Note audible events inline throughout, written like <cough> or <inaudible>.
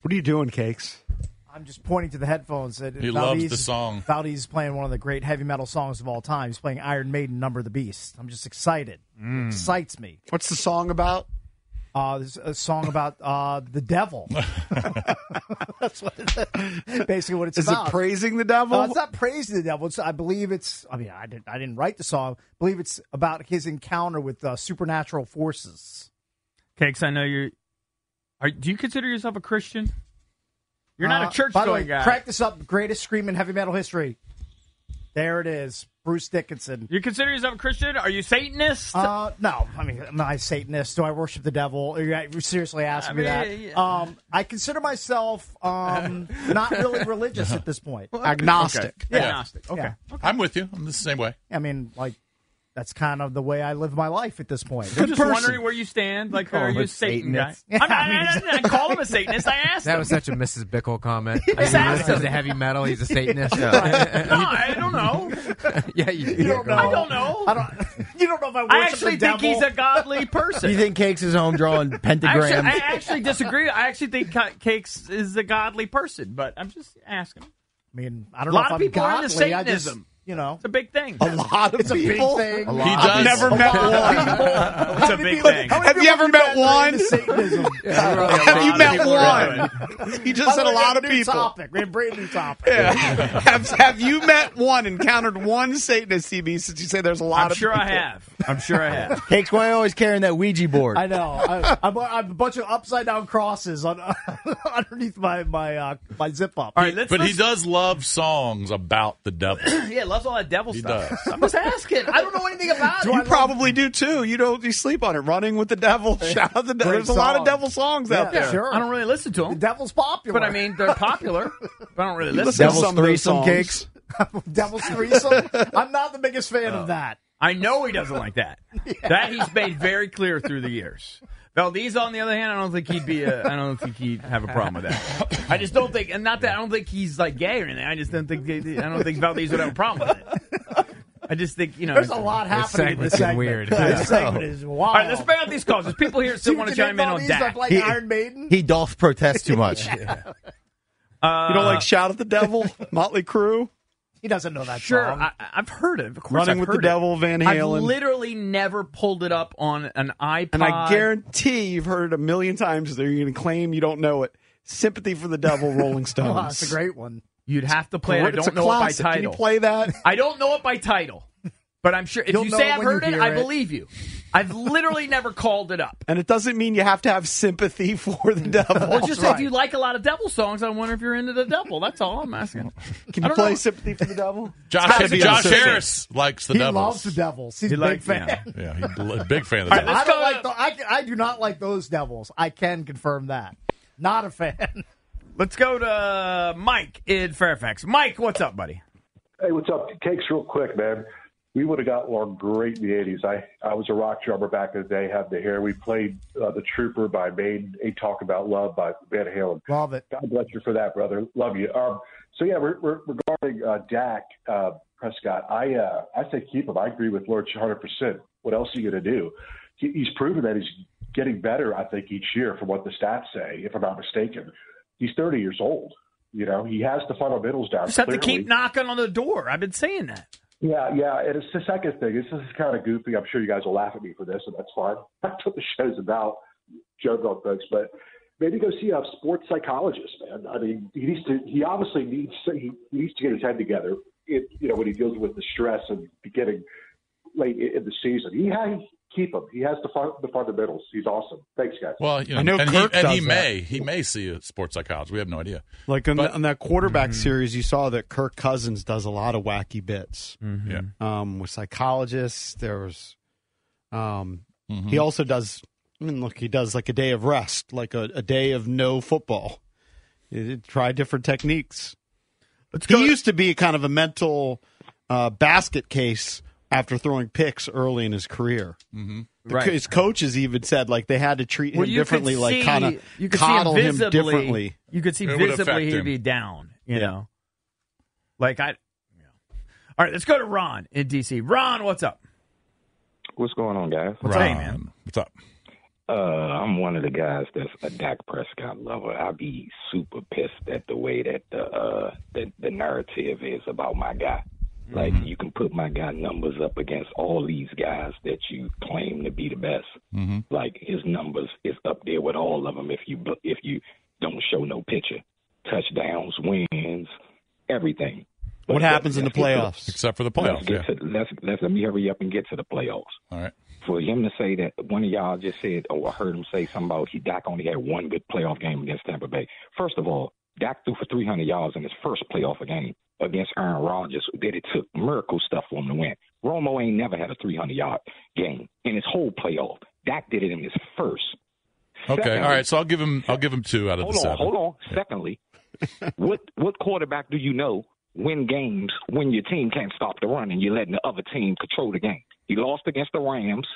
What are you doing, Cakes? I'm just pointing to the headphones. That He loves the song. Valdez playing one of the great heavy metal songs of all time. He's playing Iron Maiden, Number of the Beast. I'm just excited. Mm. It excites me. What's the song about? Uh, there's a song about uh, the <laughs> devil. <laughs> That's what it, basically what it's Is about. it praising the devil? No, it's not praise to the devil. It's, I believe it's. I mean, I didn't. I didn't write the song. I believe it's about his encounter with uh, supernatural forces. Cakes, I know you're. Are, do you consider yourself a Christian? You're not Uh, a church by the going way, guy. Crack this up. Greatest scream in heavy metal history. There it is. Bruce Dickinson. you consider yourself a Christian? Are you Satanist? Uh, no, I mean, am I a Satanist? Do I worship the devil? Are you- you seriously asking me I that? mean, yeah, yeah. Um, I consider myself <laughs> um, not really religious at this point. Agnostic. Yeah. Agnostic. Okay. I'm with you. I'm the same way. I mean, like, that's kind of the way I live my life at this point. I'm just person. wondering where you stand. Like, call are him you a a Satan guy? Satanist. <laughs> I'm not, I, I, I didn't call him a Satanist. I asked That him. was such a Mrs. Bickle <laughs> comment. He listens to heavy metal. He's a <laughs> Satanist. no, I don't know. yeah, you, you don't know. I don't know. I don't. <laughs> You don't know if I worship I actually the think devil. he's <laughs> a godly person. You think Cakes is home drawing <laughs> Actually, pentagrams? I actually disagree. I actually think Ca- Cakes is a godly person, but I'm just asking. It's I mean, I don't A know lot if of I'm people are into godly. I just, Satanism. you know, a big thing. Oh. A lot of it's a big people. thing. He lot. does. Never met one. It's <laughs> a big thing. Have you ever met one? <laughs> Satanism. Have you lot of met people are one? He just said a lot of new people. <laughs> Topic. We have a brand new topic. have, have you met one, encountered one Satanist CB since you say there's a lot I'm of sure people? I have. I'm sure I have. Cakes, why are you always carrying that Ouija board? I know. I, I'm, a- I'm a bunch of upside down crosses on <laughs> underneath my my uh, my zip up. All right, let's. But he let's- does love songs about the devil. Yeah, loves all that devil He stuff. does. I'm just asking. I don't know anything about it. <laughs> You probably do too. You don't. You sleep on it. Running with the devil. Shout out the devil. Great There's a lot song. of devil songs out Yeah, there. sure. I don't really listen to The them, devil's popular. but I mean they're popular. But I don't really listen. Listen to to them. some of those songs. <laughs> devil's threesome. I'm not the biggest fan Oh. of that. I know he doesn't like <laughs> that. That he's made very clear through the years. Valdez, on the other hand, I don't think he'd be. A, I don't think he'd have a problem with that. I just don't think, and not that I don't think he's like gay or anything. I just don't think. I don't think Valdez would have a problem with it. I just think you know. There's a lot happening in this segment's segment. <laughs> weird. This segment is wild. All right, let's bring out these calls. There's people here that <laughs> still want to chime in on that. Like <laughs> Iron Maiden. He Dolph protests too much. Uh, You don't like shout at the devil. Motley Crue. He doesn't know that <laughs> Sure, song. I, I've heard it. Of course, Running I've with the heard it. devil. Van Halen. I've literally never pulled it up on an iPod. and I guarantee you've heard it a million times. They're going to claim you don't know it. Sympathy for the Devil, <laughs> Rolling Stones. Oh, that's a great one. you'd have to play it. I It's a don't know it by classic. Can you title. play that? I don't know it by title, but I'm sure if You'll you know say it I've when you heard it, hear I it. believe you. I've literally never called <laughs> it up. And it doesn't mean you have to have sympathy <laughs> for the devil. Well, just if you like a lot of devil songs, I wonder if you're into the devil. That's all I'm asking. <laughs> Can I you don't play know. sympathy for the devil? Josh, be Josh on the Harris likes the He devil. loves the devils. He's a You big like- fan. yeah. Yeah, he's a big fan of the devil. Let's I don't go like to- the, I, I do not like those devils. I can confirm that. Not a fan. <laughs> Let's go to Mike in Fairfax. Mike, what's up, buddy? Hey, what's up? Cakes real quick, man. We would have got along great in the 80s. I, I was a rock drummer back in the day, had the hair. We played uh, The Trooper by Maiden, A Talk About Love by Van Halen. Love it. God bless you for that, brother. Love you. Um, so, yeah, we're, we're, regarding uh, Dak uh, Prescott, I uh, I say keep him. I agree with Lurch 100%. What else are you going to do? He, he's proven that he's getting better, I think, each year from what the stats say, if I'm not mistaken. He's 30 years old. You know, he has the fundamentals down. Just have to clearly. keep knocking on the door. I've been saying that. Yeah, yeah. And it's the second thing. This is kind of <laughs> goofy. I'm sure you guys will laugh at me for this, and that's fine. That's what the show's about. Joke on folks. But maybe go see a sports psychologist, man. I mean, he needs to. He obviously needs. To, he needs to get his head together. It, you know, when he deals with the stress and beginning late in in the season, he has keep him. He has the fun, the fundamentals. He's awesome. Thanks, guys. Well, you know, I know and Kirk he, and does he that. may he may see a sports psychologist. We have no idea. Like in, But- Mm-hmm. the, in that quarterback series, you saw that Kirk Cousins does a lot of wacky bits Mm-hmm. Yeah. um, with psychologists. There was, um, Mm-hmm. he also does. I mean, look, he does like a day of rest, like a, a day of no football. He- he try different techniques. he used to be kind of a mental uh, basket case after throwing picks early in his career. Mm-hmm. The co- Right. His coaches even said like they had to treat him Well, you differently, could like see- kind you of could see coddle him visibly- differently. You could see It would affect visibly he'd him. be down. You know, like I. yeah. All right, let's go to Ron in DC. Ron, what's up? What's going on, guys? What's Ron, up, man? What's up? Uh, I'm one of the guys that's a Dak Prescott lover. I'd be super pissed at the way that the uh, the, the narrative is about my guy. Like Mm-hmm. you can put my guy numbers up against all these guys that you claim to be the best. Mm-hmm. Like his numbers is up there with all of them. If you if you don't show no picture, touchdowns, wins, everything. What But happens in the let's get to- playoffs? Except for the Let's playoffs. Yeah. get to let's, let's let me hurry up and get to the playoffs All right. for him to say that one of y'all just said, oh, I heard him say something about he Dak only had one good playoff game against Tampa Bay. First of all, Dak threw for 300 yards in his first playoff game against Aaron Rodgers. That it took miracle stuff for him to win. Romo ain't never had a 300 yard game in his whole playoff. Dak did it in his first. Okay. Secondly- All right. So I'll give him. I'll give him two out of Hold the on, seven. hold on. Secondly, what what quarterback do you know win games when your team can't stop the run and you're letting the other team control the game? He lost against the Rams,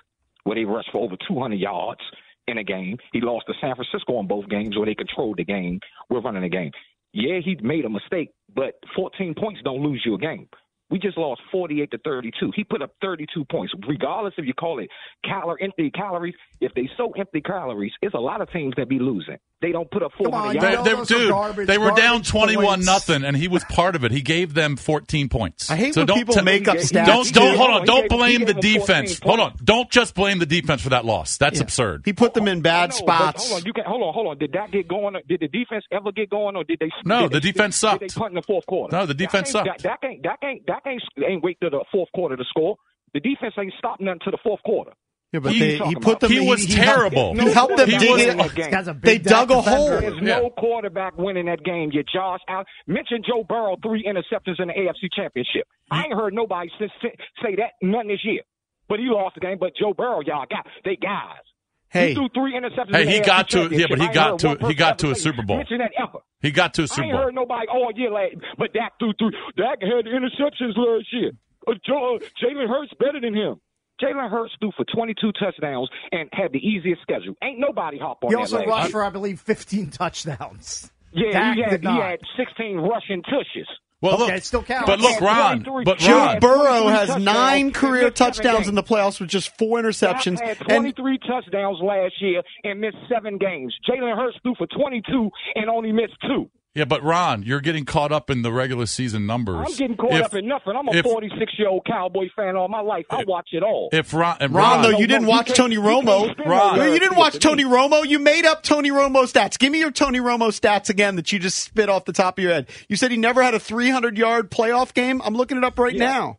where they rushed for over 200 yards in a game. He lost to San Francisco in both games, where they controlled the game. We're running the game. Yeah, he made a mistake, but 14 points don't lose you a game. We just lost 48 to 32. He put up 32 points, regardless if you call it calor empty calories. If they so empty calories, it's a lot of teams that be losing. They don't put up Come 400 on, you yards. They, know they- those are dude, garbage- they were down garbage twenty-one points. nothing, and he was part of it. He gave them fourteen points. I hate so when don't people t- make up he- stats. Don't don't hold on. He Don't gave- he blame gave the them 14 defense. Hold on. points. Don't just blame the defense for that loss. That's absurd. Oh, He put them in bad No, but spots. Hold on, you can hold on, hold on. Did that get going? Did the defense ever get going, or did they? No, did the they- defense did- Did sucked. they punt in the fourth quarter? No, the defense that sucked. That ain't that ain't that ain't ain't wait till the fourth quarter to score. The defense ain't stopped nothing to the fourth quarter. Yeah, but they, He- he put them. he was terrible. Helped, he helped them He dig was- it. This guy's a big They Dak dug a defender. hole. There's Yeah. no quarterback winning that game. You Josh out. Mention Joe Burrow three interceptions in the AFC Championship. I ain't heard nobody since, since- say that nothing this year. But he lost the game. But Joe Burrow, y'all got they guys. Hey, he threw three interceptions. Hey, in the he AFC got to- yeah, Championship. but he I ain't got heard to- one he person got ever to a say- Super Bowl. Mention that ever. He got to a I Super ain't Bowl. heard nobody all year last, but Dak threw three. Dak had interceptions last year. Uh, Joe, uh, Jalen Hurts better than him. Jalen Hurts threw for 22 touchdowns and had the easiest schedule. Ain't nobody hop on He that also last rushed year. for, I believe, 15 <laughs> touchdowns. Yeah, Dak he did had, he not. had 16 rushing tushes. Well, Okay, look, it still counts. But look, He had Ron. 23 But Joe Joe Ron, had Burrow 23 has touchdowns nine in career 57 touchdowns games. in the playoffs with just four interceptions. Dak had And 23 touchdowns last year and missed seven games. Jalen Hurts threw for 22 and only missed two. yeah, but Ron, you're getting caught up in the regular season numbers. I'm getting caught If- up in nothing. I'm a if- 46 year old Cowboy fan all my life. I watch it all. If Ron, and Ron, though, No, you no, didn't you watch can't- Tony you can't Romo. spin Ron. all You that didn't shit watch with me. Tony Romo. You made up Tony Romo stats. Give me your Tony Romo stats again that you just spit off the top of your head. You said he never had a 300 yard playoff game. I'm looking it up right now.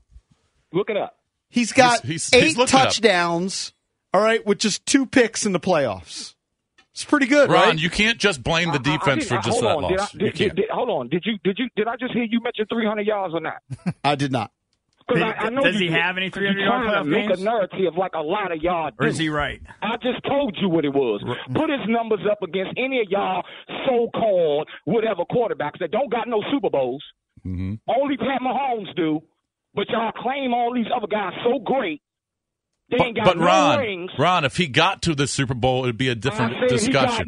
Look it up. He's got He's- he's- he's eight looking it up. touchdowns, all right, with just two picks in the playoffs. It's pretty good, Ron, right? you can't just blame the I- I- I didn't- defense for I- hold just that on. Did I- loss. did- You did- can't. did- hold on. Did you did you did I just hear you mention 300 yards or not? I did not. 'Cause Did- I, I know does you he did. have any 300 You're yard trying to playoff make games? a narrative like a lot of y'all. Or is do. he right? I just told you what it was. Put his numbers up against any of y'all so-called whatever quarterbacks that don't got no Super Bowls. Mm-hmm. Only Pat Mahomes do. But y'all claim all these other guys so great. They But, ain't got but no Ron, rings. Ron, if he got to the Super Bowl, it'd be a I different said discussion.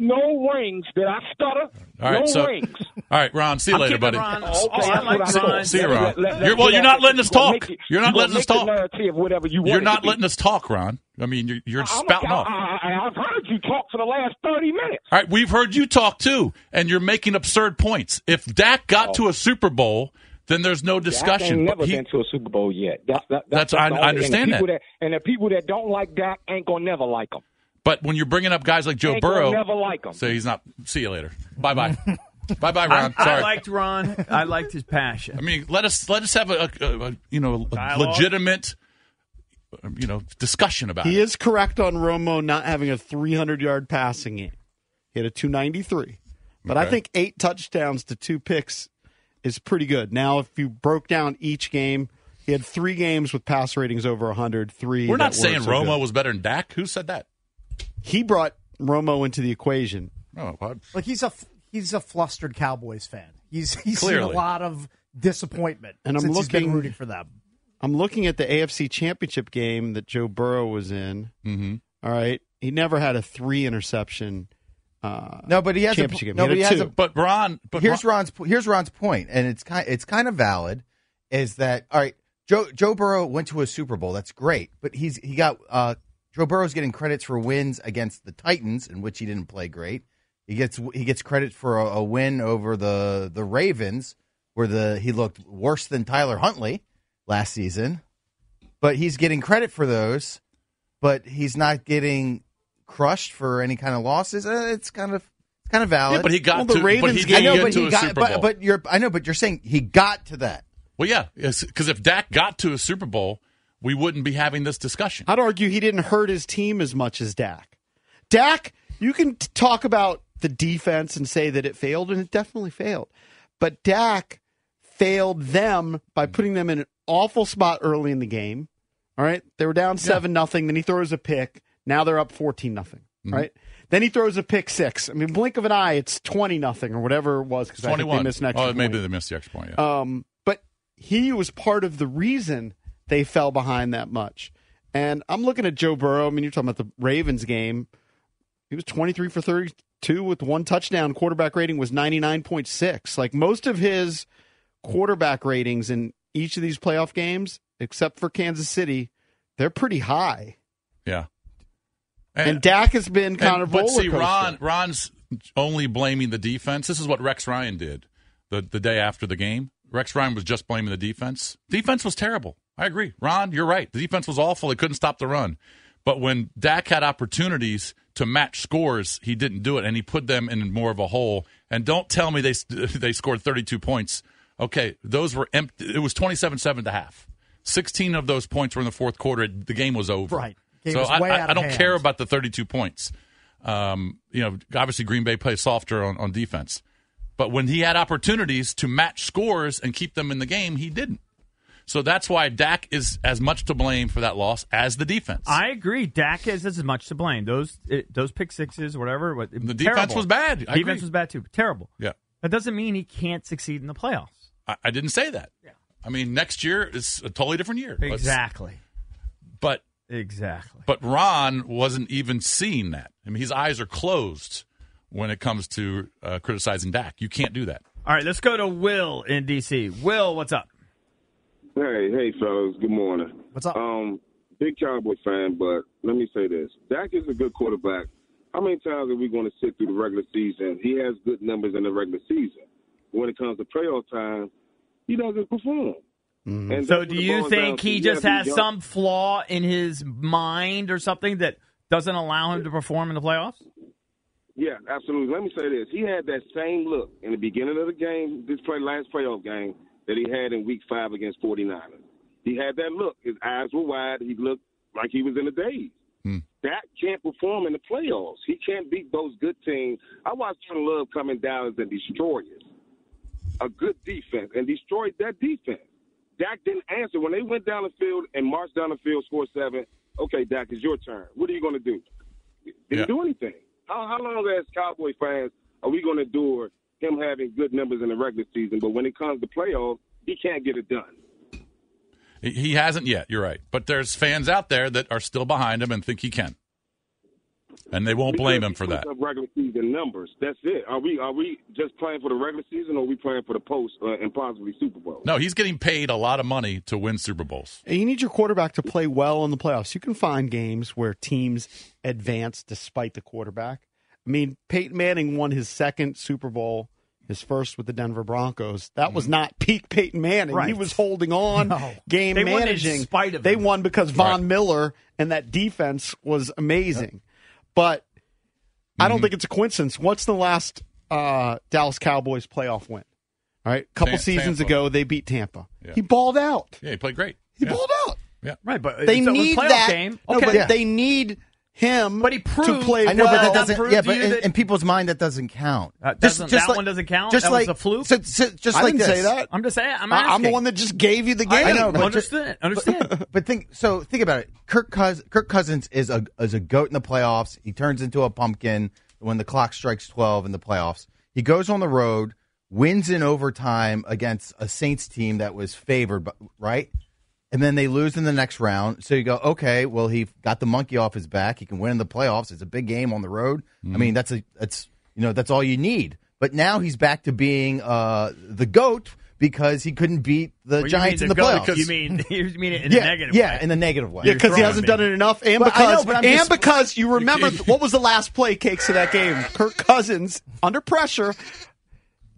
he got no rings. Did I stutter? All right, no so rings. all right, Ron. See you I'm later, kidding, buddy. <laughs> Ron. Okay, Oh, I that's like what I Ron. thought. See you, Let- Ron. let- let- You're- well, you're not letting us gonna talk. make it- You're not gonna letting make us the talk. narrative whatever you want You're it not to be. letting us talk, Ron. I mean, you're, you're I'm spouting a, off. I, I, I've heard you talk for the last thirty minutes. All right, we've heard you talk too, and you're making absurd points. If Dak got to a Super Bowl, then there's no discussion. Dak Oh. ain't but never he- been to a Super Bowl yet. That's that, That's- I- the I only- understand and the people that. And the people that don't like Dak ain't gonna never like him. But when you're bringing up guys like Joe Ain't gonna Burrow, never like 'em. So he's not. See you later. <laughs> Bye bye. bye bye, I, Ron. Sorry. I liked <laughs> Ron. I liked his passion. I mean, let us let us have a, a, a you know a Dialogue. legitimate um, you know discussion about He it. is correct on Romo not having a 300 yard passing game. He had a 293. But I Okay. think eight touchdowns to two picks is pretty good. Now, if you broke down each game, he had three games with pass ratings over 100. Three. We're not that saying weren't so Romo good. was better than Dak. Who said that? He brought Romo into the equation. Oh, well, Like he's a f- he's a flustered Cowboys fan. He's he's seen Clearly. a lot of disappointment, And I'm since he's looking- been rooting for them. I'm looking at the AFC Championship game that Joe Burrow was in. Mm-hmm. right, he never had a three interception. Uh, No, but he has a, championship game. no, but he had has two. a, but Ron. But here's Ron's po- here's Ron's point, and it's kind it's kind of valid. Is that all right? Joe Joe Burrow went to a Super Bowl. That's great, but he's he got uh, Joe Burrow's getting credits for wins against the Titans, in which he didn't play great. He gets he gets credit for a, a win over the the Ravens, where the he looked worse than Tyler Huntley last season. But he's getting credit for those, but he's not getting crushed for any kind of losses. Uh, It's kind of it's kind of valid. Yeah, but he got Well, the to- but Ravens he did I know, get but to he a got, Super but- Bowl. but you're I know, but you're saying he got to that. Well, yeah, because if Dak got to a Super Bowl, we wouldn't be having this discussion. I'd argue he didn't hurt his team as much as Dak. Dak, you can t- talk about the defense and say that it failed, and it definitely failed. But Dak failed them by putting them in an awful spot early in the game. All right, they were down seven nothing. Then he throws a pick. Now they're up fourteen nothing. Right. Then he throws a pick six. I mean, blink of an eye, it's twenty nothing or whatever it was because I think they 21. missed an extra oh, maybe point. they missed the extra point. Yeah. Um, but he was part of the reason they fell behind that much. And I'm looking at Joe Burrow. I mean, you're talking about the Ravens game. He was 23 for 32 with one touchdown. Quarterback rating was 99.6. Like most of his quarterback ratings in each of these playoff games, except for Kansas City, they're pretty high. yeah. And, Dak has been kind And- of but see, roller coaster. Ron, Ron's only blaming the defense. This is what Rex Ryan did the the day after the game. Rex Ryan was just blaming the defense. Defense was terrible. I agree, Ron. You're right. The defense was awful. They couldn't stop the run. But when Dak had opportunities to match scores, he didn't do it, and he put them in more of a hole. And don't tell me they <laughs> they scored 32 points. Okay, those were empty. It was 27-7 and a half. 16 of those points were in the fourth quarter. The game was over. Right. Game so was I, way I- out I of don't hand. care about the 32 points. Um, you know, obviously Green Bay plays softer on, on defense, but when he had opportunities to match scores and keep them in the game, he didn't. So that's why Dak is as much to blame for that loss as the defense. I agree. Dak is as much to blame. Those it, those pick sixes, whatever. What, the defense was bad. I defense agree. was bad too. Terrible. Yeah, That doesn't mean he can't succeed in the playoffs. I, I didn't say that. Yeah. I mean, next year is a totally different year. Let's- Exactly. But Exactly. But Ron wasn't even seeing that. I mean, his eyes are closed when it comes to uh, criticizing Dak. You can't do that. All right, let's go to Will in DC. Will, what's up? Hey, hey, fellas. Good morning. What's up? Um, big Cowboy fan, but let me say this: Dak is a good quarterback. How many times are we going to sit through the regular season? He has good numbers in the regular season. When it comes to playoff time, he doesn't perform. And so, that's what do it you boils down think to. he You gotta just be has young. some flaw in his mind or something that doesn't allow him to perform in the playoffs? Yeah, absolutely. Let me say this: he had that same look in the beginning of the game, this play last playoff game that he had in Week Five against 49ers. He had that look. His eyes were wide. He looked like he was in a daze. Dak can't perform in the playoffs. He can't beat those good teams. I watched Jordan Love come in Dallas and destroy it. A good defense and destroyed that defense. Dak didn't answer when they went down the field and marched down the field, scored seven. Okay, Dak, it's your turn. What are you going to do? Didn't do anything. How, how long as Cowboy fans are we going to endure him having good numbers in the regular season, but when it comes to playoffs, he can't get it done? He- He hasn't yet. You're right. But there's fans out there that are still behind him and think he can, and they won't blame him for that. Of regular season numbers. That's it. Are we are we just playing for the regular season, or are we playing for the post uh, and possibly Super Bowl? No, he's getting paid a lot of money to win Super Bowls. And you need your quarterback to play well in the playoffs. You can find games where teams advance despite the quarterback. I mean, Peyton Manning won his second Super Bowl, his first with the Denver Broncos. That Mm-hmm. was not peak Peyton Manning. He Right. was holding on, No. game They won in managing. spite of they him. won because Von Miller and that defense was amazing. But I Mm-hmm. don't think it's a coincidence. What's the last uh, Dallas Cowboys playoff win? All right, a couple Tam- seasons Tampa. ago they beat Tampa. Yeah. He balled out. Yeah, he played great. He balled out. Yeah, right. But They need that. No, but Yeah. they need him. But he to play. I know, well. but that doesn't. Yeah, but in, in people's mind, that doesn't count. doesn't- that one doesn't count? Just That was like a fluke? So, so- just I like didn't this. say that. I'm just saying, I'm I- asking. the one that just gave you the I I know. but understand. Understand. But think so. Think about it. Kirk Cousins, Kirk Cousins is a is a goat in the playoffs. He turns into a pumpkin when the clock strikes twelve in the playoffs. He goes on the road, wins in overtime against a Saints team that was favored, but right, and then they lose in the next round. So you go, okay, well he got the monkey off his back. He can win in the playoffs. It's a big game on the road. Mm-hmm. I mean, that's a that's you know that's all you need. But now he's back to being uh, the goat because he couldn't beat the Well, you Giants mean in the goat, playoffs. You mean <laughs> you mean it in yeah, the negative? yeah, way. in the negative way. Yeah, because he hasn't done it enough, and But I know, because but I'm and just- <laughs> because you remember what was the last play cakes of that game? Kirk Cousins under pressure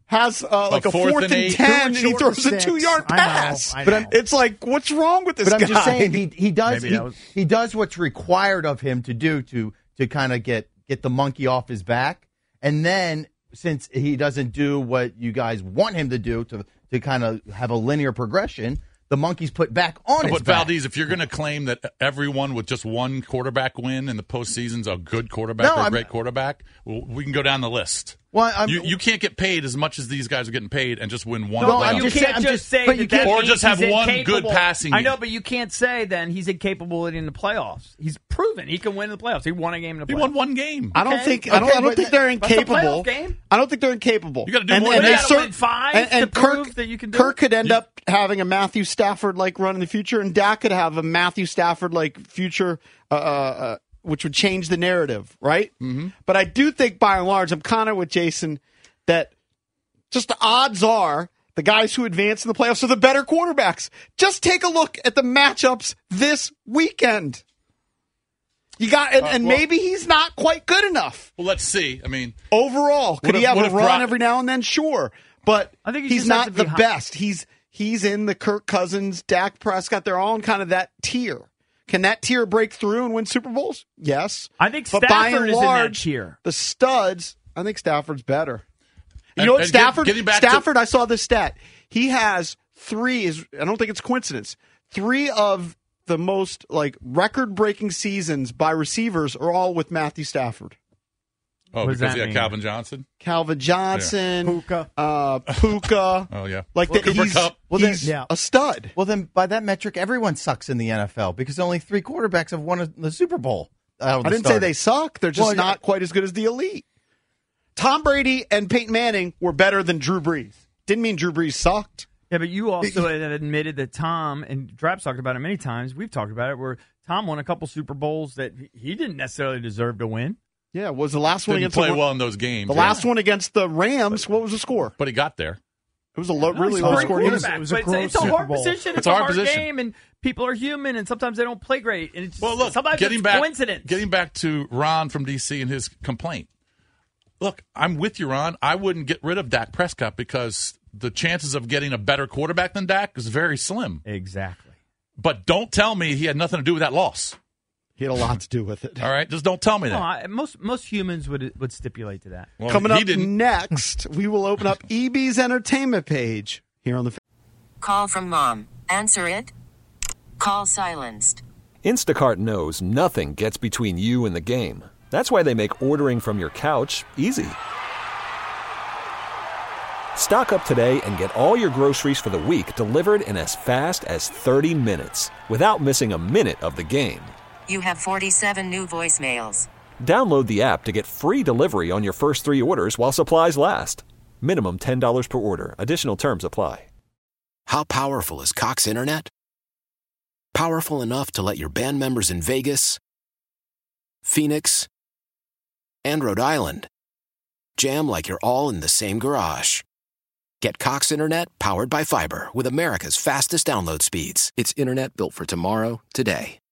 has uh, like a fourth, and, eight. Two ten, and and he short throws a six. two yard I know, pass. I But I'm, know. it's like, what's wrong with this But I'm guy? just saying he he does Maybe he, that was- he does what's required of him to do to to kind of get get the monkey off his back, and then since he doesn't do what you guys want him to do to to kind of have a linear progression, the monkey's put back on his But back. Valdez, if you're going to claim that everyone with just one quarterback win in the postseason's a good quarterback No, or a I'm- great quarterback, well, we can go down the list. Well, I'm- you, you can't get paid as much as these guys are getting paid and just win one. No, playoff. you can't just, say but that you that can't- or means just have he's one incapable. good passing. I know, game. but you can't say then he's incapable in the playoffs. He's proven he can win in the playoffs. He won a game in the playoffs. He won one game. I don't think I don't, I don't think they're incapable. I don't think they're incapable. You gotta do more they than that. cer- Win five and, and to Kirk, prove that you can do Kirk it. could end up having a Matthew Stafford like run in the future, and Dak could have a Matthew Stafford like future, uh, uh, uh, which would change the narrative, right? Mm-hmm. But I do think, by and large, I'm kind of with Jason that just the odds are the guys who advance in the playoffs are the better quarterbacks. Just take a look at the matchups this weekend. You got, and, Uh, and well- maybe he's not quite good enough Well, let's see. I mean, overall. Could What he if- have what a if run Brock- every now and then? Sure, but I think he he's just not has to the be hot. best. He's he's in the Kirk Cousins, Dak Prescott. They're all in kind of that tier. Can that tier break through and win Super Bowls? Yes, I think But by Stafford and is in that large, tier. The studs, I think Stafford's better. You And- know what and get- Stafford? getting back to- Stafford, I saw this stat. He has three. Is I don't think it's coincidence. Three of the most like record-breaking seasons by receivers are all with Matthew Stafford. oh, What does because that yeah, mean? Calvin Johnson. Calvin Johnson, Puka, uh, <laughs> Puka. Oh yeah, like Well, that. Cooper He's, Kupp. Well, then- he's yeah. a stud. Well, then by that metric, everyone sucks in the NFL because only three quarterbacks have won a, the Super Bowl. I didn't say they suck. They're just not quite as good as the elite. Tom Brady and Peyton Manning were better than Drew Brees. Didn't mean Drew Brees sucked. Yeah, but you also have admitted that Tom and Draps talked about it many times. We've talked about it where Tom won a couple Super Bowls that he didn't necessarily deserve to win. Yeah, was the last one Didn't against play the, well in those games. the yeah. last one against the Rams. What was the score? but he got there. It was a low, really he's a low great score. It was, quarterback, it was a but it's- gross it's, a Super hard Bowl. position. It's, It's a a hard, hard position. game, and people are human, and sometimes they don't play great. And it's Well, look, sometimes getting it's back, coincidence. Getting back to Ron from DC and his complaint. Look, I'm with you, Ron. I wouldn't get rid of Dak Prescott because the chances of getting a better quarterback than Dak is very slim. Exactly. But don't tell me he had nothing to do with that loss. He had a lot to do with it. All right, just don't tell me No, that. I- most most humans would would stipulate to that. Well, Coming he up didn't. next, we will open <laughs> up EB's entertainment page here on the. Call from mom. Answer it. Call silenced. Instacart knows nothing gets between you and the game. That's why they make ordering from your couch easy. Stock up today and get all your groceries for the week delivered in as fast as 30 minutes without missing a minute of the game. You have 47 new voicemails. Download the app to get free delivery on your first three orders while supplies last. Minimum $10 per order. Additional terms apply. How powerful is Cox Internet? Powerful enough to let your band members in Vegas, Phoenix, and Rhode Island jam like you're all in the same garage. Get Cox Internet powered by fiber with America's fastest download speeds. It's internet built for tomorrow, today.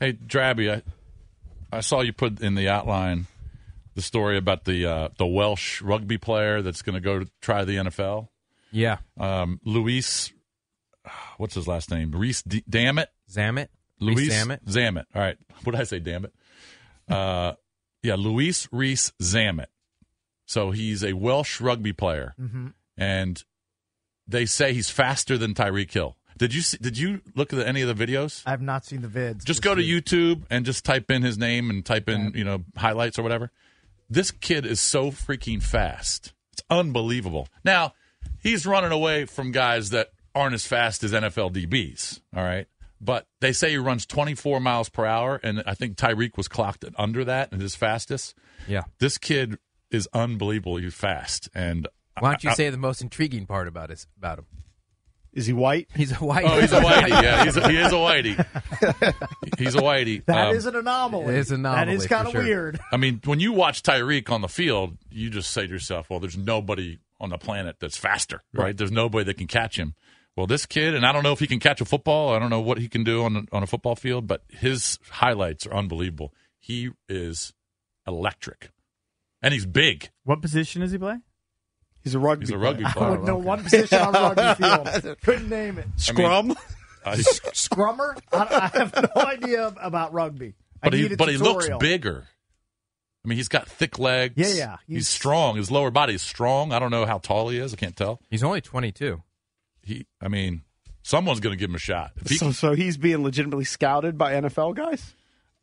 Hey, Drabby, I, I saw you put in the outline the story about the uh, the Welsh rugby player that's going to go to try the NFL. Yeah. Um, Luis, what's his last name? Reese D- Dammit? Zammit? Reese Luis Zammit? Zammit. All right. What did I say, Dammit? Uh, yeah, Luis Reese Zammit. So he's a Welsh rugby player, Mm-hmm. Mhm. and they say he's faster than Tyreek Hill. Did you see, did you look at any of the videos? I have not seen the vids. just go to YouTube and just type in his name and type in you know highlights or whatever. This kid is so freaking fast; it's unbelievable. Now he's running away from guys that aren't as fast as NFL DBs. All right, but they say he runs 24 miles per hour, and I think Tyreek was clocked at under that and his fastest. Yeah. This kid is unbelievably fast, and <laughs> Why don't you I- I- say the most intriguing part about his, about him? Is he white? He's a white. Oh, he's a whitey. Yeah, he's a, he is <laughs> a whitey. He's a whitey. <laughs> That Um, is an anomaly. it is an anomaly That is for kind of sure. weird. <laughs> I mean, when you watch Tyreek on the field, you just say to yourself, well, there's nobody on the planet that's faster, right? Right. There's nobody that can catch him. Well, this kid, and I don't know if he can catch a football. I don't know what he can do on, on a football field, but his highlights are unbelievable. He is electric, and he's big. What position does he play? He's a rugby. He's a rugby player. player. I wouldn't know One position on <laughs> rugby field. Couldn't name it. I mean, I- Scrummer? I, I have no <laughs> idea about rugby. I but need he, a but he looks tutorial. bigger. I mean, he's got thick legs. Yeah, yeah. He's, strong. His lower body is strong. I don't know how tall he is. I can't tell. He's only 22. He, I mean, someone's going to give him a shot. If he So, so he's being legitimately scouted by NFL guys.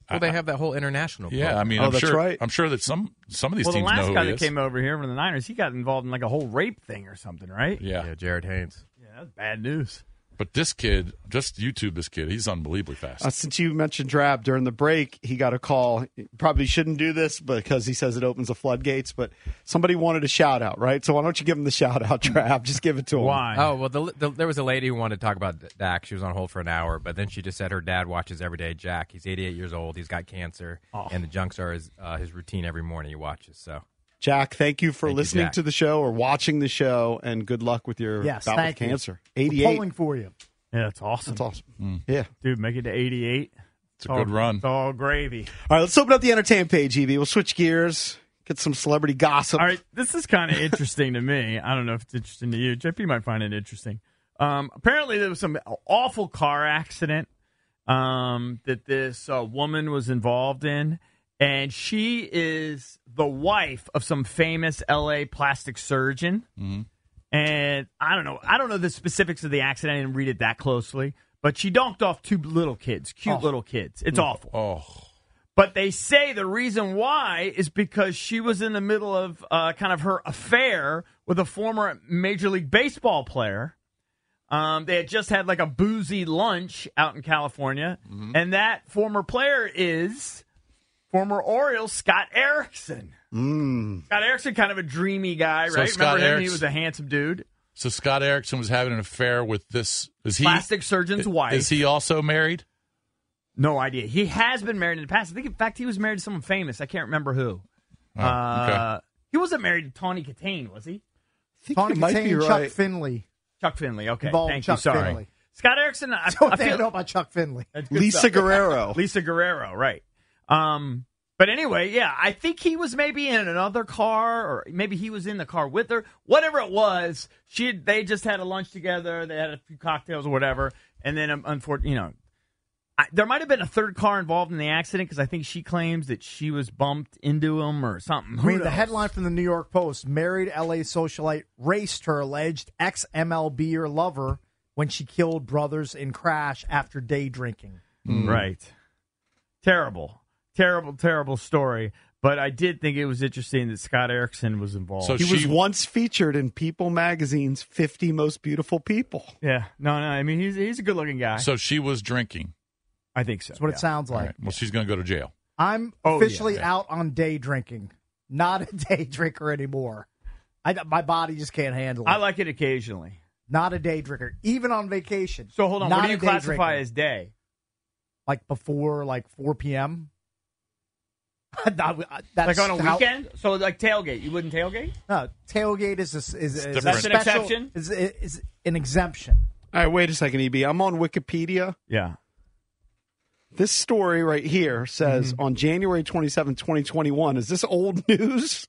Well, they have that whole international. Yeah, I mean, Oh, I'm that's sure. right. I'm sure that some some of these well, the teams know last who guy he that is. came over here from the Niners, he got involved in like a whole rape thing or something, right? yeah. Jared Haynes. Yeah, that's bad news. But this kid, just YouTube this kid. He's unbelievably fast. Uh, since you mentioned Drab during the break, he got a call. Probably shouldn't do this because he says it opens the floodgates. But somebody wanted a shout out, right? So why don't you give him the shout out, Drab? Just give it to him. Oh well, the, the, there was a lady who wanted to talk about Dak. She was on hold for an hour, but then she just said her dad watches every day. Jack, he's 88 years old. He's got cancer, Oh. and the junks are his uh, his routine every morning. He watches. So Jack, thank you for Thank you, listening Jack. to the show or watching the show, and good luck with your Yes, bout with thank you. cancer. We're 88. Polling for you. Yeah, that's awesome. That's awesome. Hmm. Yeah. Dude, make it to 88. It's a good run. It's all gravy. All right, let's open up the entertainment page, EB. We'll switch gears, get some celebrity gossip. All right, this is kind of interesting to me. I don't know if it's interesting to you. JP might find it interesting. Um, apparently, there was some awful car accident um, that this uh, woman was involved in, and she is the wife of some famous LA plastic surgeon. Mm-hmm. And I don't know. I don't know the specifics of the accident. I didn't read it that closely, but she donked off two little kids, cute Oh. little kids. It's Mm. awful. Oh. But they say the reason why is because she was in the middle of uh, kind of her affair with a former Major League Baseball player. Um, they had just had like a boozy lunch out in California, Mm-hmm. and that former player is former Orioles Scott Erickson. Mm. Scott Erickson, kind of a dreamy guy, So right? Scott Remember him? He Erickson- was a handsome dude. So Scott Erickson was having an affair with this. Is he Plastic surgeon's i- wife. Is he also married? No idea. He has been married in the past. I think, in fact, he was married to someone famous. I can't remember who. Oh, uh, he wasn't married to Tawny Catane, was he? Tawny you might Katane be and Chuck right. Finley. Chuck Finley. Okay, Involved thank Chuck you. Sorry, Finley. Scott Erickson. I, So I they feel know about Chuck Finley. That's good stuff. <laughs> Lisa Guerrero, right? Um, but anyway, yeah, I think he was maybe in another car, or maybe he was in the car with her. Whatever it was, she had- they just had a lunch together. They had a few cocktails or whatever, and then um, unfortunately, you know, I, there might have been a third car involved in the accident because I think she claims that she was bumped into him or something. I Who mean, the knows? headline from the New York Post married LA socialite raced her alleged ex MLB or lover when she killed brothers in crash after day drinking. <laughs> Right. Terrible, terrible, terrible story. But I did think it was interesting that Scott Erickson was involved. he was once featured in People magazine's 50 Most Beautiful People. Yeah. No, no. I mean, he's he's a good looking guy. So she was drinking. I think so. That's what it sounds All like. right. Well, she's going to go to jail. I'm Oh, yeah. officially out on day drinking. Not a day drinker anymore. I, my body just can't handle it. I like it occasionally. Not a day drinker, even on vacation. So hold on, Not what do you a day classify drinker. as day? like before like 4 p.m. That- that's like on a how- weekend? So like tailgate, you wouldn't tailgate? no, tailgate is a, is, is a That's an special- exception? Is, is an exemption. All right, wait a second, EB. I'm on Wikipedia. Yeah. This story right here says Mm-hmm. on January 27, 2021, is this old <laughs> news?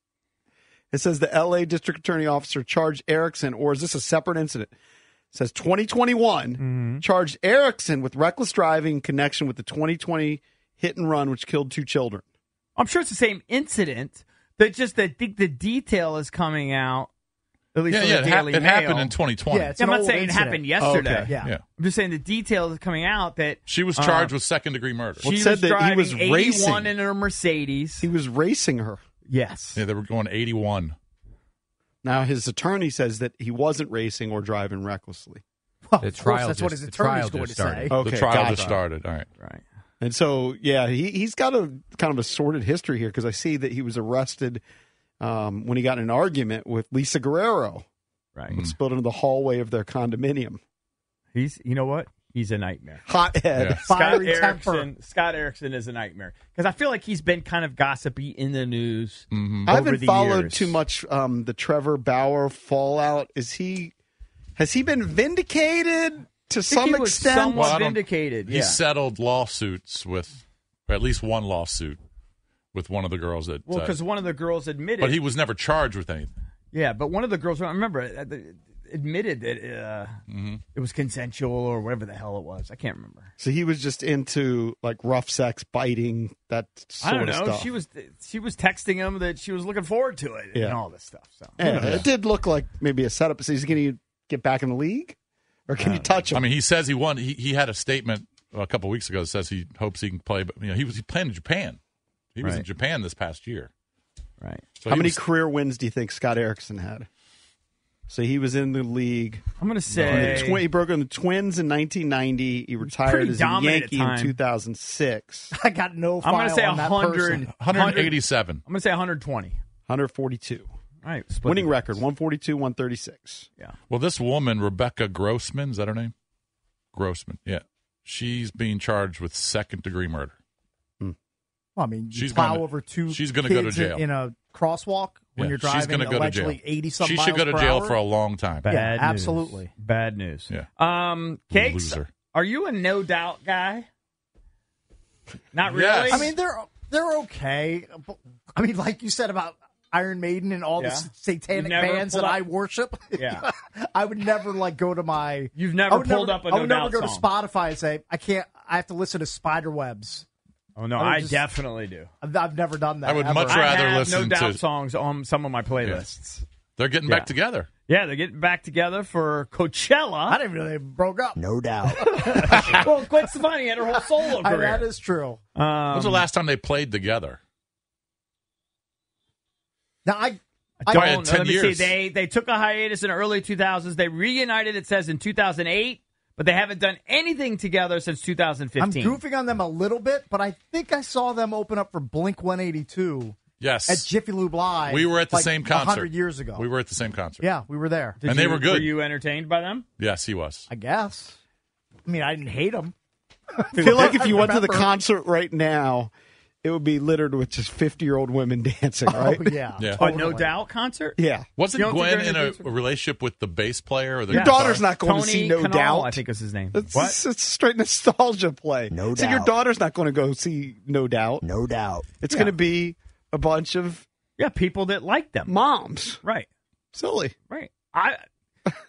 It says the LA district attorney officer charged Erickson, or is this a separate incident? It says 2021 charged Erickson with reckless driving in connection with the 2020 hit and run, which killed two children. I'm sure it's the same incident. That just I think the detail is coming out. At least Yeah, on yeah, the it hap- Daily it Mail. happened in 2020. Yeah, it's I'm an not old saying it incident. happened Oh, okay. yesterday. Yeah. Yeah. I'm just saying the detail is coming out that Uh-huh. She was Uh-huh. charged with second degree murder. She was driving 81 in her Mercedes. He was racing her. Yes. Yeah, they were going 81. Now his attorney says that he wasn't racing or driving recklessly. The trial that's what just- his the trial attorney's going just to say. started. Okay, the trial gotcha. just started. All right. Right. And so, yeah, he, he's got a kind of a sordid history here because I see that he was arrested um, when he got in an argument with Lisa Guerrero. Right. And spilled into the hallway of their condominium. He's, you know what? He's a nightmare. Hothead. Scott Erickson. Scott Erickson is a nightmare because I feel like he's been kind of gossipy in the news. Mm-hmm. I over haven't the followed years. too much um, the Trevor Bauer fallout. Is he, has he been vindicated to some extent? Well, I don't- He yeah. settled lawsuits with, or at least one lawsuit with one of the girls that. Well, uh, because one of the girls admitted, but he was never charged with anything. yeah, but one of the girls, I remember, uh, the- admitted that uh, it was consensual or whatever the hell it was. I can't remember. So he was just into like rough sex, biting, that sort I don't of know. stuff. She was she was texting him that she was looking forward to it Yeah. and all this stuff. So Yeah, It did look like maybe a setup. So he's going to get back in the league? Or can you touch him? I mean, he says he won. He, he had a statement a couple weeks ago that says he hopes he can play, but you know, he was he playing in Japan. He was in Right. Japan this past year. Right. So How he many was- career wins do you think Scott Erickson had? So he was in the league. I'm going to He, say- twi- he broke on the Twins in 1990. He retired Pretty as a dominant at Yankee in time. 2006. <laughs> I got no I'm going to say on that 100, person. 187. I'm going to say 120. 142. All right. split Winning the record 142, 136. Yeah. Well, this woman, Rebecca Grossman, is that her name? Grossman, yeah. She's being charged with second degree murder. Hmm. Well, I mean, you She's plow gonna- over two. she's gonna go to kids jail. in, in a crosswalk when Yeah, you're she's driving. gonna go to jail. allegedly eighty something. She should go to jail for a long time. Bad Yeah, news. absolutely. Bad news. Yeah. Um, Cakes, Loser. are you a no doubt guy? Not really. I mean, they're they're okay. But, I mean, like you said about Iron Maiden and all the Yeah. s- satanic You never bands that pull up- I worship. Yeah. <laughs> I would never like go to my. You've never I would pulled never, up a I would No never Doubt go song. to Spotify and say I can't. I have to listen to Spiderwebs. oh I no, would I, just- definitely do. I've, I've never done that. ever. I have no doubt songs on some of my playlists. They're getting Yeah. back together. Yeah, they're getting back together for Coachella. I didn't even know they broke up. No doubt. <laughs> well, Gwen Stefani had her whole solo I- career. that is true. Um, When was the last time they played together? Now I, I Probably don't had know. 10 Let me years. see. They they took a hiatus in the early 2000s. They reunited. It says in 2008, but they haven't done anything together since 2015. I'm goofing on them a little bit, but I think I saw them open up for Blink 182. Yes. At Jiffy Lube Live. we were at the like same concert. 100 years ago. We were at the same concert. yeah, we were there. And they were good. Were you entertained by them? Yes, he was. I guess. I mean, I didn't hate them. I feel <laughs> like if you went to the remember. concert right now, it would be littered with just 50 year old women <laughs> dancing, right? yeah. A Oh, no doubt concert. Yeah. Wasn't You don't think Gwen they're in a introduced relationship with the bass player? Or the Your guitarist? daughter's not going to Tony see No Kanal, Doubt. I think is his name. It's, What? It's, it's straight nostalgia play. No So your Doubt. daughter's not going to go see No Doubt. No Doubt. It's Yeah. going to be a bunch of yeah people that like them. Moms. Right. Silly. Right. I.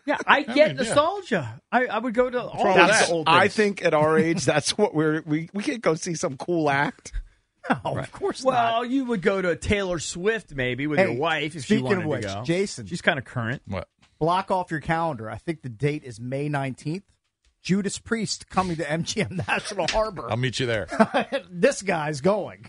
Yeah, <laughs> I get nostalgia. I, I would go to all That's- these old I days. think at our <laughs> age, that's what we're we we can't go see some cool act. No, of course well, you would go to Taylor Swift maybe with Hey, your wife if she speaking wanted of which, to go. Jason, she's kind of current. What? Block off your calendar. I think the date is May 19th. Judas Priest coming to MGM <laughs> National Harbor. I'll meet you there. this guy's going.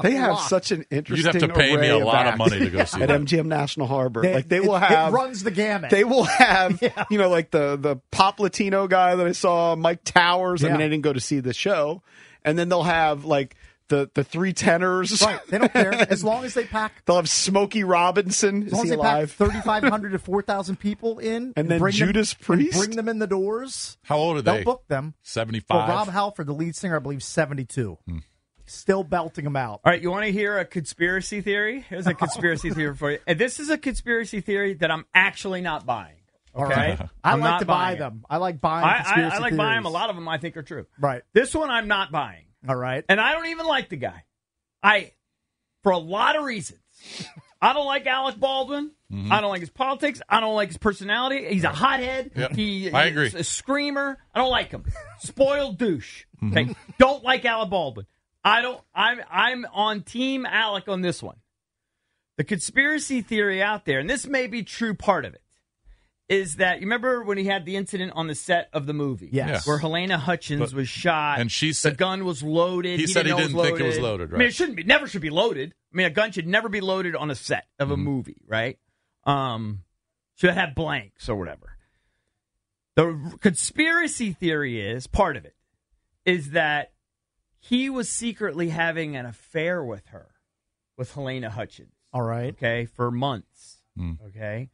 They A have lot. such an You'd interesting. have to pay me array a lot of acts money to go see at that. MGM National Harbor. They- like they will it- it have runs the gamut. They <laughs> will have you know like the the pop Latino guy that I saw, Mike Towers. I mean, Yeah. I didn't go to see the show, and then they'll have like the the three tenors. Right. They don't care as long as they pack <laughs> they'll have Smokey Robinson. As Is long as he they pack alive? 3,500 to 4,000 people in, And then them- Judas and Priest? bring them in the doors. How old are They'll they? book them. Well, 75. Rob Halford, the lead singer, I believe, seventy-two, Hmm. still belting them out. All right, you want to hear a conspiracy theory? Here's <laughs> a conspiracy theory for you. And this is a conspiracy theory that I'm actually not buying. All Okay, right. I I'm like not to buy buying it. them. I like buying. I, I, conspiracy I like buying them. A theories. lot of them I think are true. Right. This one I'm not buying, All right. and I don't even like the guy. I, for a lot of reasons, <laughs> I don't like Alec Baldwin. Mm-hmm. I don't like his politics. I don't like his personality. He's a hothead. Yep. He, I agree. he's a screamer. I don't like him. Spoiled douche. Mm-hmm. Okay. don't like Alec Baldwin. I don't. I'm I'm on team Alec on this one. The conspiracy theory out there, and this may be true part of it, is that you remember when he had the incident on the set of the movie? Yes. Where Helena Hutchins But- was shot. and she the said- gun was loaded. He said he know didn't think it was loaded, I mean, right. it shouldn't be. Never should be loaded. I mean, a gun should never be loaded on a set of a Mm-hmm. movie, right? Um, should have blanks or whatever. The conspiracy theory is part of it is that he was secretly having an affair with her, with Helena Hutchins. All right. Okay, for months. Hmm. Okay.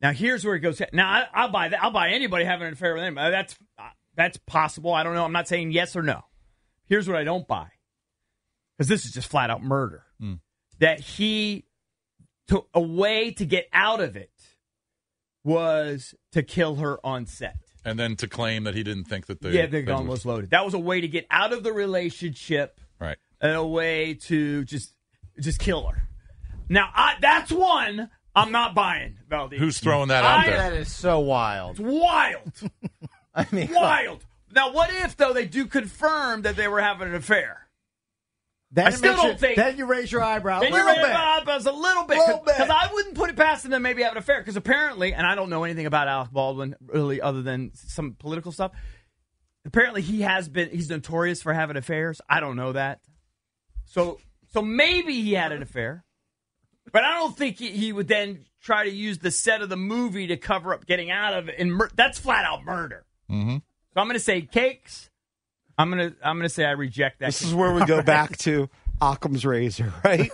Now here's where it goes. Now I, I'll buy that. I'll buy anybody having an affair with anybody. That's uh, that's possible. I don't know. I'm not saying yes or no. Here's what I don't buy, because this is just flat out murder. Hmm. That he to a way to get out of it was to kill her on set. And then to claim that he didn't think that the yeah, the thing gun was loaded. That was a way to get out of the relationship Right. and a way to just just kill her. Now I, that's one I'm not buying, Valdez. Who's throwing that out I- there? That is so It's wild. <laughs> wild, I mean, wild. Now what if though they do confirm that they were having an affair? Then I it still makes don't you, think- Then you raise your eyebrow a Then you little raise bit. my eyebrows a little bit Little bit. because I wouldn't put it past them to maybe have an affair because apparently, and I don't know anything about Alec Baldwin really other than some political stuff. Apparently, he has been he's notorious for having affairs. I don't know that, so so maybe he had an affair, but I don't think he, he would then try to use the set of the movie to cover up getting out of it. And mur- that's flat out murder. Mm-hmm. So I'm going to say cakes. I'm gonna I'm gonna say I reject that. This is where <laughs> we go back to Occam's razor, <laughs> right?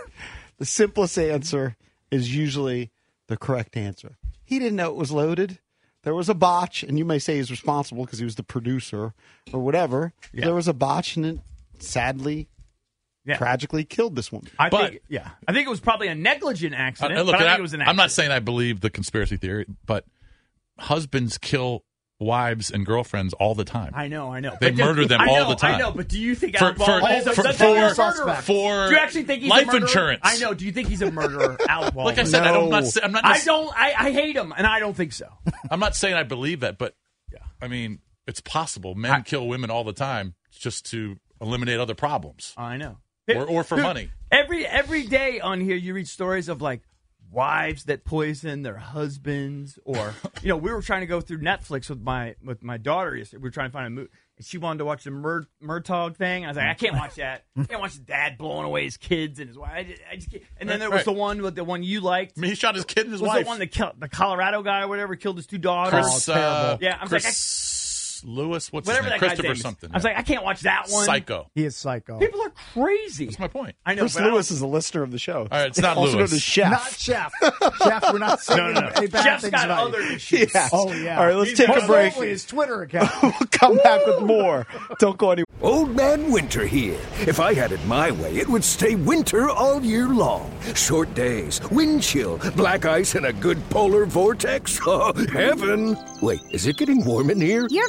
the simplest answer is usually the correct answer. He didn't know it was loaded. There was a botch, and you may say he's responsible because he was the producer or whatever. There was a botch, and it sadly, Yeah. tragically killed this woman. I But- think yeah. I think it was probably a negligent accident. Uh, look, but I and think I, it was an I'm accident. not saying I believe the conspiracy theory, but husbands kill wives and girlfriends all the time. I know, I know. They But murdered them I all know, the time. I know, but do you think for Alec Baldwin is a, for, that's for, a murderer? suspect. for Do you actually think he's a life murderer? insurance? I know. Do you think he's a <laughs> murderer, Alec Baldwin? Like I said, I don't, I'm not. No. sa- I'm not. I nec- don't. I, I hate him, and I don't think so. <laughs> I'm not saying I believe that, but I mean, it's possible. Men kill women all the time just to eliminate other problems, I know. or, or for Dude, money. Every every day on here, you read stories of like wives that poison their husbands, <laughs> or you know, we were trying to go through Netflix with my with my daughter yesterday. We were trying to find a movie. And she wanted to watch the Mur- Murtaugh thing. I was like, I can't <laughs> watch that. I can't watch dad blowing away his kids and his wife. I just, I just can't. And then there was Right. the one with the one you liked. I mean, he shot his kid and his was wife. the one that killed the Colorado guy or whatever killed his two daughters. Chris, Oh, uh, terrible. Yeah, I was like, Chris Lewis, what's whatever his that name? guy's name Christopher is. something. I was like, I can't watch that one. psycho. He is psycho. <laughs> <laughs> People are crazy. That's my point. I know. Chris but I don't- Lewis is a listener of the show. right, it's not also Lewis. known as Chef. Not Jeff. <laughs> Jeff, we're not saying No, no, no. any bad Jeff's things got about other you. issues. Yes. <laughs> Oh yeah. All right, let's take a Most break. likely his Twitter account. <laughs> we'll come back with more. Don't go anywhere. Old Man Winter here. If I had it my way, it would stay winter all year long. Short days, wind chill, black ice, and a good polar vortex. <laughs> Oh, heaven! Wait, is it getting warm in here? Your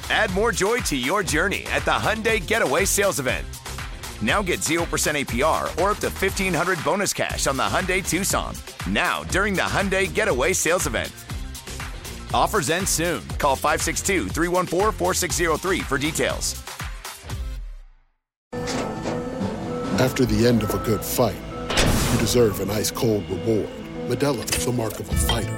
Add more joy to your journey at the Hyundai Getaway Sales Event. Now get 0% APR or up to 1500 bonus cash on the Hyundai Tucson. Now, during the Hyundai Getaway Sales Event. Offers end soon. Call 562 314 4603 for details. After the end of a good fight, you deserve an ice cold reward. Medella is the mark of a fighter.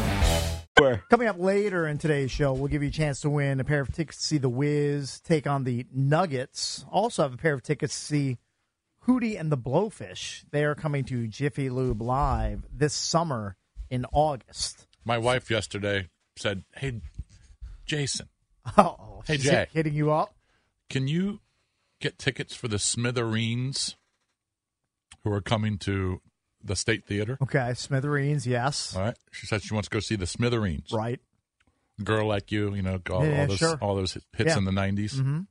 Coming up later in today's show, we'll give you a chance to win a pair of tickets to see The Wiz take on the Nuggets. Also, have a pair of tickets to see Hootie and the Blowfish. They are coming to Jiffy Lube Live this summer in August. <laughs> My wife yesterday said, "Hey, Jason. Oh, hey she's Jay, hitting you up. can you get tickets for the Smithereens, who are coming to the State Theater?" Okay, Smithereens, yes. All right. She said she wants to go see the Smithereens. Right. Girl like you, you know, all, Yeah, all those sure. all those hits Yeah. in the 90s Mhm.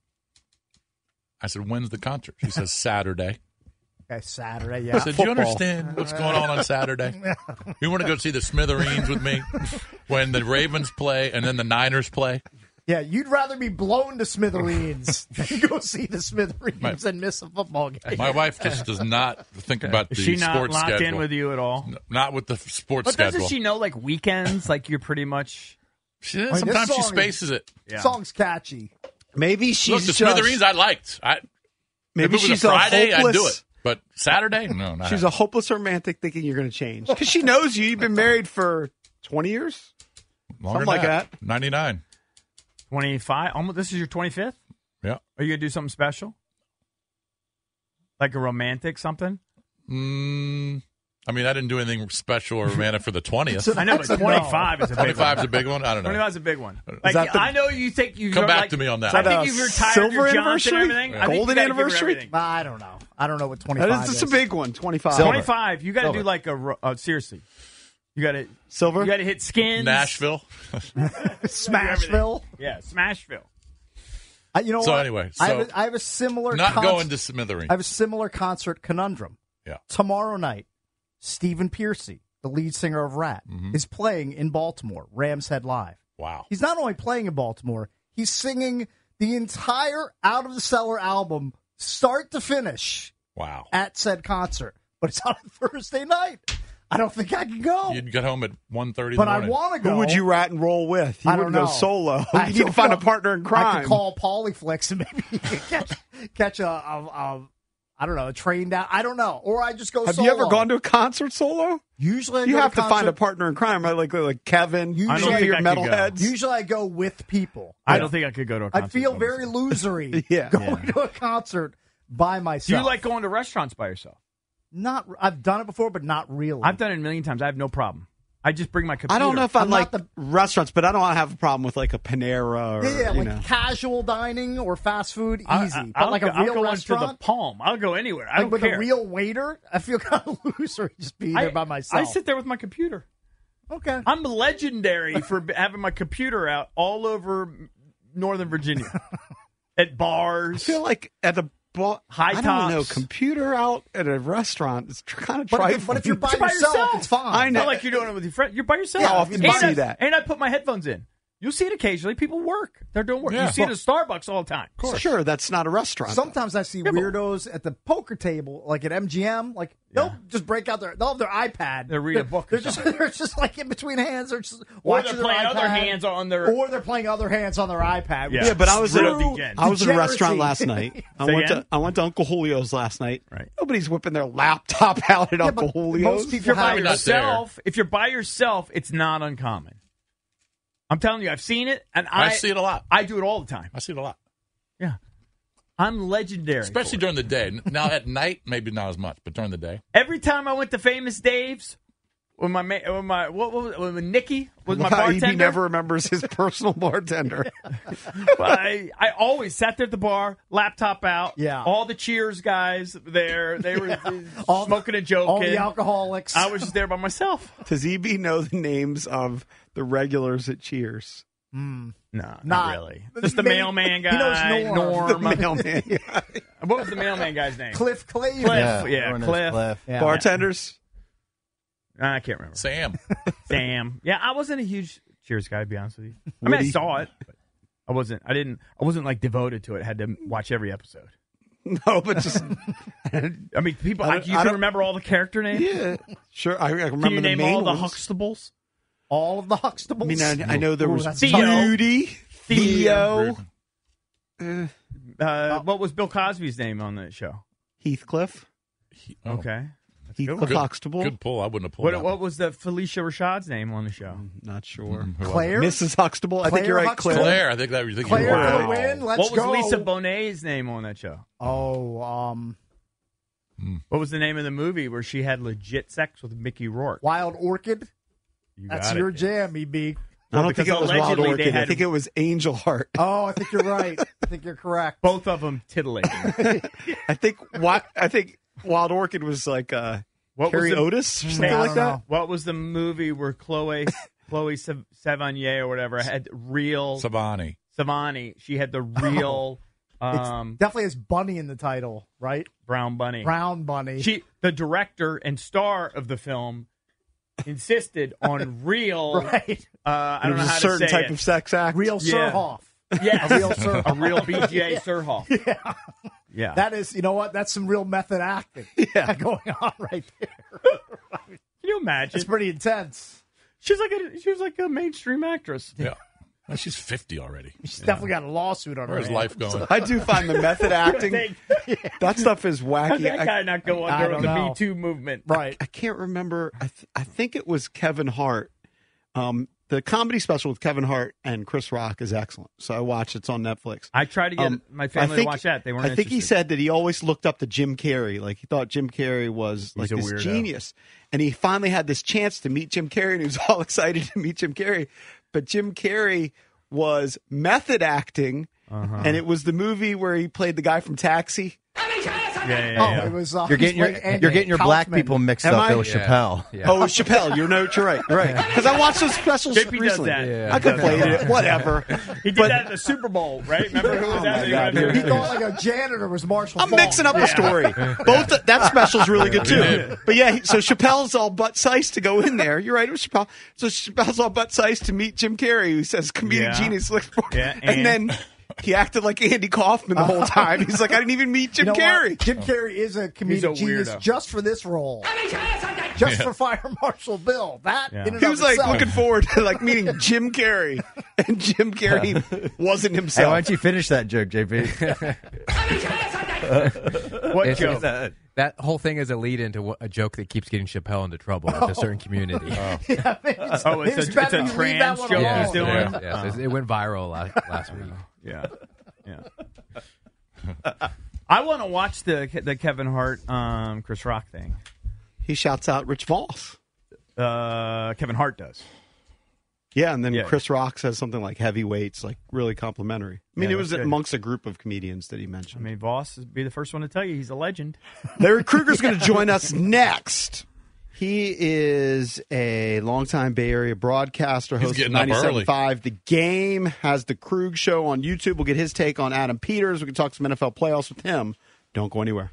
I said, "When's the concert?" <laughs> She says, "Saturday." Okay, Saturday, yeah. I said, "Do you understand what's going on on Saturday? You want to go see the Smithereens with me when the Ravens play and then the Niners play?" <laughs> Yeah, you'd rather be blown to <laughs> smithereens than go see the smithereens My- and miss a football game. My wife just does not think about the Is she not sports locked in schedule. with you at all? not with the f- sports But schedule. doesn't she know like weekends? Like you're pretty much. <laughs> She, sometimes she spaces it. Song's catchy. Maybe Look, she's the just- Smithereens I liked. I, Maybe if it was she's a a Friday. I'd do hopeless- it, but Saturday, no, not She's a hopeless romantic thinking you're going to change because she knows you. You've been married for 20 years, Longer something like than that. that. Ninety nine. 25 almost this is your 25th yeah are you gonna do something special like a romantic something Mm, I mean, I didn't do anything special or romantic for the twentieth. i know but 25 is a big 25 one. is a big one. I don't know. 25 is a big one Is like, that the- i know you think you Come back like- to me on that. i Is that think a you've retired silver your jumps anniversary? and everything Yeah. I think you Golden gotta give her anniversary? everything. I don't know. I don't know what twenty That five. is just a big one. 25. 25 you gotta do like a ro- uh, seriously you <laughs> gotta silver you gotta hit skins Nashville. Smashville. yeah smashville I, you know So what? anyway, I, so have a, I have a similar not con- going to Smithereens. I have a similar concert conundrum. Yeah. Tomorrow night, Stephen Piercy, the lead singer of Rat, is playing in Baltimore, Rams Head Live. Mm-hmm. Wow. He's not only playing in Baltimore, he's singing the entire Out of the Cellar album, start to finish, Wow. at said concert. But it's on <laughs> Thursday night. I don't think I can go. You'd get home at 1.30 But in the I morning. wanna go. Who would you rat and roll with? You I don't wouldn't know. go <laughs> solo. I <laughs> you need to don't find a know. partner in crime. I could call Polyflex and maybe <laughs> catch, catch a, a, a, I don't know, a train down. I don't know. Or I just go Have solo. you ever gone to a concert solo? Usually, I you go to have to find concert- a partner in crime, right? Like like Kevin, you don't think your I could go. metalheads. Usually I go with people. i don't think i could go to a concert I feel very <laughs> losery going to a concert by do myself. you like going to restaurants by yourself Not I've done it before, but not really. I've done it a million times. I have no problem. I just bring my computer. I don't know if I like restaurants, but I don't have a problem with like a Panera or yeah, yeah, you like know. casual dining or fast food, easy. I- I- but I'll like go- a I'll real go into the restaurant, Palm. I'll go anywhere. I like don't with care. a real waiter, I feel <laughs> kind of loser just being there by myself. I sit there with my computer. Okay. I'm legendary for b- having my computer out all over Northern Virginia at bars. I feel like at the ball, High I don't tops. know. Computer out at a restaurant is kind of But trifling. if- but <laughs> if you're by By yourself, it's fine. I It's know. not like you're doing it with your friend. You're by yourself. Yeah, often and see I, that. And I put my headphones in. You'll see it occasionally. People work. They're doing work. Yeah. You see it at Starbucks all the time. Sure, that's not a restaurant. Sometimes I see weirdos at the poker table, like at MGM. Like they'll just break out their they'll have their iPad. They'll read a book or They're just <laughs> they're just like in between hands. They're just Or watching they're playing their other iPad, hands on their- or they're playing other hands on their iPad. Yeah, but I was at True a, I was at a restaurant <laughs> last degeneracy. night. I Say went again? to I went to Uncle Julio's last night. Right. Nobody's whipping their <laughs> laptop out at Uncle Julio's. If you're by yourself, if you're by yourself, it's not uncommon. I'm telling you, I've seen it, and I I, see it a lot. I do it all the time. I see it a lot. Yeah, I'm legendary. Especially during the day. Now at night, maybe not as much, but during the day. Every time I went to Famous Dave's, when my ma- when my what, what was it? when Nikki was my bartender, He never remembers his <laughs> personal bartender. <laughs> Well, I, I always sat there at the bar, laptop out. Yeah. All the Cheers guys there. They <laughs> were smoking and joking. all the alcoholics. I was just there by myself. Does EB know the names of the regulars at Cheers? Mm. No, Not- really. Just the mailman guy. He knows Norm. The <laughs> mailman. What was the mailman guy's name? Cliff Clavin. Cliff. <laughs> Yeah, everyone knows Cliff. Cliff. Yeah. Bartenders? I can't remember. Sam. <laughs> Sam. Yeah, I wasn't a huge Cheers guy. To be honest with you, I mean, I Woody. saw it. But I wasn't. I didn't. I wasn't like devoted to it. Had to watch every episode. No, but just. I mean, people. I Like, don't- you I can don't- remember all the character names. Yeah, sure. I, I remember Can you the name main all the ones. Huxtables? All of the Huxtables. I mean, I, I know there Ooh, was that's tough. Beauty, Theo, Uh, what was Bill Cosby's name on that show? Oh. Heathcliff. oh. Okay. Heathcliff Good- Huxtable. good pull. I wouldn't have What, what was the Felicia Rashad's name on the show? Mm, Not sure. Mm-hmm. Claire? Mrs. Huxtable. I think you're right, Claire. Claire, I think that you think Claire you're for right. the win. Let's what was go. Lisa Bonet's name on that show? Oh, um, Hmm. What was the name of the movie where she had legit sex with Mickey Rourke? Wild Orchid. You That's got your it. jam, E EB. I don't Because think it was Wild allegedly they Orchid. I had- think it was Angel Heart. Oh, <laughs> I think you're right. I think you're correct. Both of them titillating. I think what I think Wild Orchid was like uh, What Harry was the, Otis or Mm, something I like don't that. know. What was the movie where Chloe <laughs> Chloe Sav- Sevigny or whatever had real Savani. Savani? She had the real um, it Oh. definitely has bunny in the title, right? brown bunny. Brown bunny. She, the director and star of the film, insisted <laughs> on real. Right. Uh, I It don't know was how a to certain say type it. of sex act. Real <laughs> Yeah. Sirhoff. Yes. A real Sir. <laughs> a real BJ Surhoff. Yeah. Yeah. That is, you know what? That's some real <laughs> method acting <laughs> going on right there. Can you imagine? It's pretty intense. she's like a she was like a mainstream actress. Yeah. Well, she's 50 already. She's definitely got a lawsuit on Where's her. life going? <laughs> I do find the <laughs> method acting Thank- that stuff <laughs> is How wacky. did that guy I, not go I under don't with the know. Me Too movement? Right. I can't remember. I th- I think it was Kevin Hart. Um, the comedy special with Kevin Hart and Chris Rock is excellent. So I watch it's on Netflix. I tried to get Um, my I family think- to watch that. They weren't. I think he interested. said that he always looked up to Jim Carrey. Like he thought Jim Carrey was like a this weirdo. genius. And he finally had this chance to meet Jim Carrey and he was all <laughs> excited to meet Jim Carrey. But Jim Carrey was method acting Uh-huh. and it was the movie where he played the guy from Taxi. Yeah, Oh, yeah, yeah. it was. Uh, You're getting your he's like you're getting your black Kaufman. people mixed Am up. I? Bill Yeah. Chappelle. Oh, it was Chappelle. You're no, you're <laughs> right, right. Because I watched those specials JP does recently. that. Yeah. I could play Yeah. it. Whatever. <laughs> He did that at the Super Bowl, right? Remember who was Oh, that? my They God, were- He thought like a janitor was Marshall. I'm Falk. mixing up the story. <laughs> <laughs> Both that special's really good too. But yeah, he- so Chappelle's all butt sized to go in there. You're right, it was Chappelle. So Chappelle's all butt sized to meet Jim Carrey, who says comedic Yeah. genius. Look for, Yeah, and, and- then he acted like Andy Kaufman the whole time. He's like, I didn't even meet Jim You know Carrey. what? Jim Carrey is a He's a comedic genius weirdo. just for this role. <laughs> Just Yeah. for Fire Marshal Bill. That Yeah. in and He of was like itself. looking forward to like meeting Jim Carrey, and Jim <laughs> Carrey wasn't Hey, why himself. don't you finish that <laughs> joke, <laughs> JP? What It's- joke? it's a- that whole thing is a lead into wha- a joke that keeps getting Chappelle into trouble with a certain community. Oh. <laughs> Yeah, I mean, it's, Oh, it's a- it's it's better a you leave that trans one joke alone. he's doing? Yes, yes, it went viral last, last week. Yeah, yeah. <laughs> I want to watch the the Kevin Hart, um, Chris Rock thing. He shouts out Rich Voss. Uh, Kevin Hart does. Yeah, and then Yeah. Chris Rock says something like heavyweights, like really complimentary. I mean, Yeah, it was that's good. amongst a group of comedians that he mentioned. I mean, Voss would be the first one to tell you he's a legend. <laughs> Larry Kruger's going to join us next. He is a longtime Bay Area broadcaster, He's host of getting up early. 97.5 The Game, has The Krug Show on YouTube. We'll get his take on Adam Peters. We can talk some NFL playoffs with him. Don't go anywhere.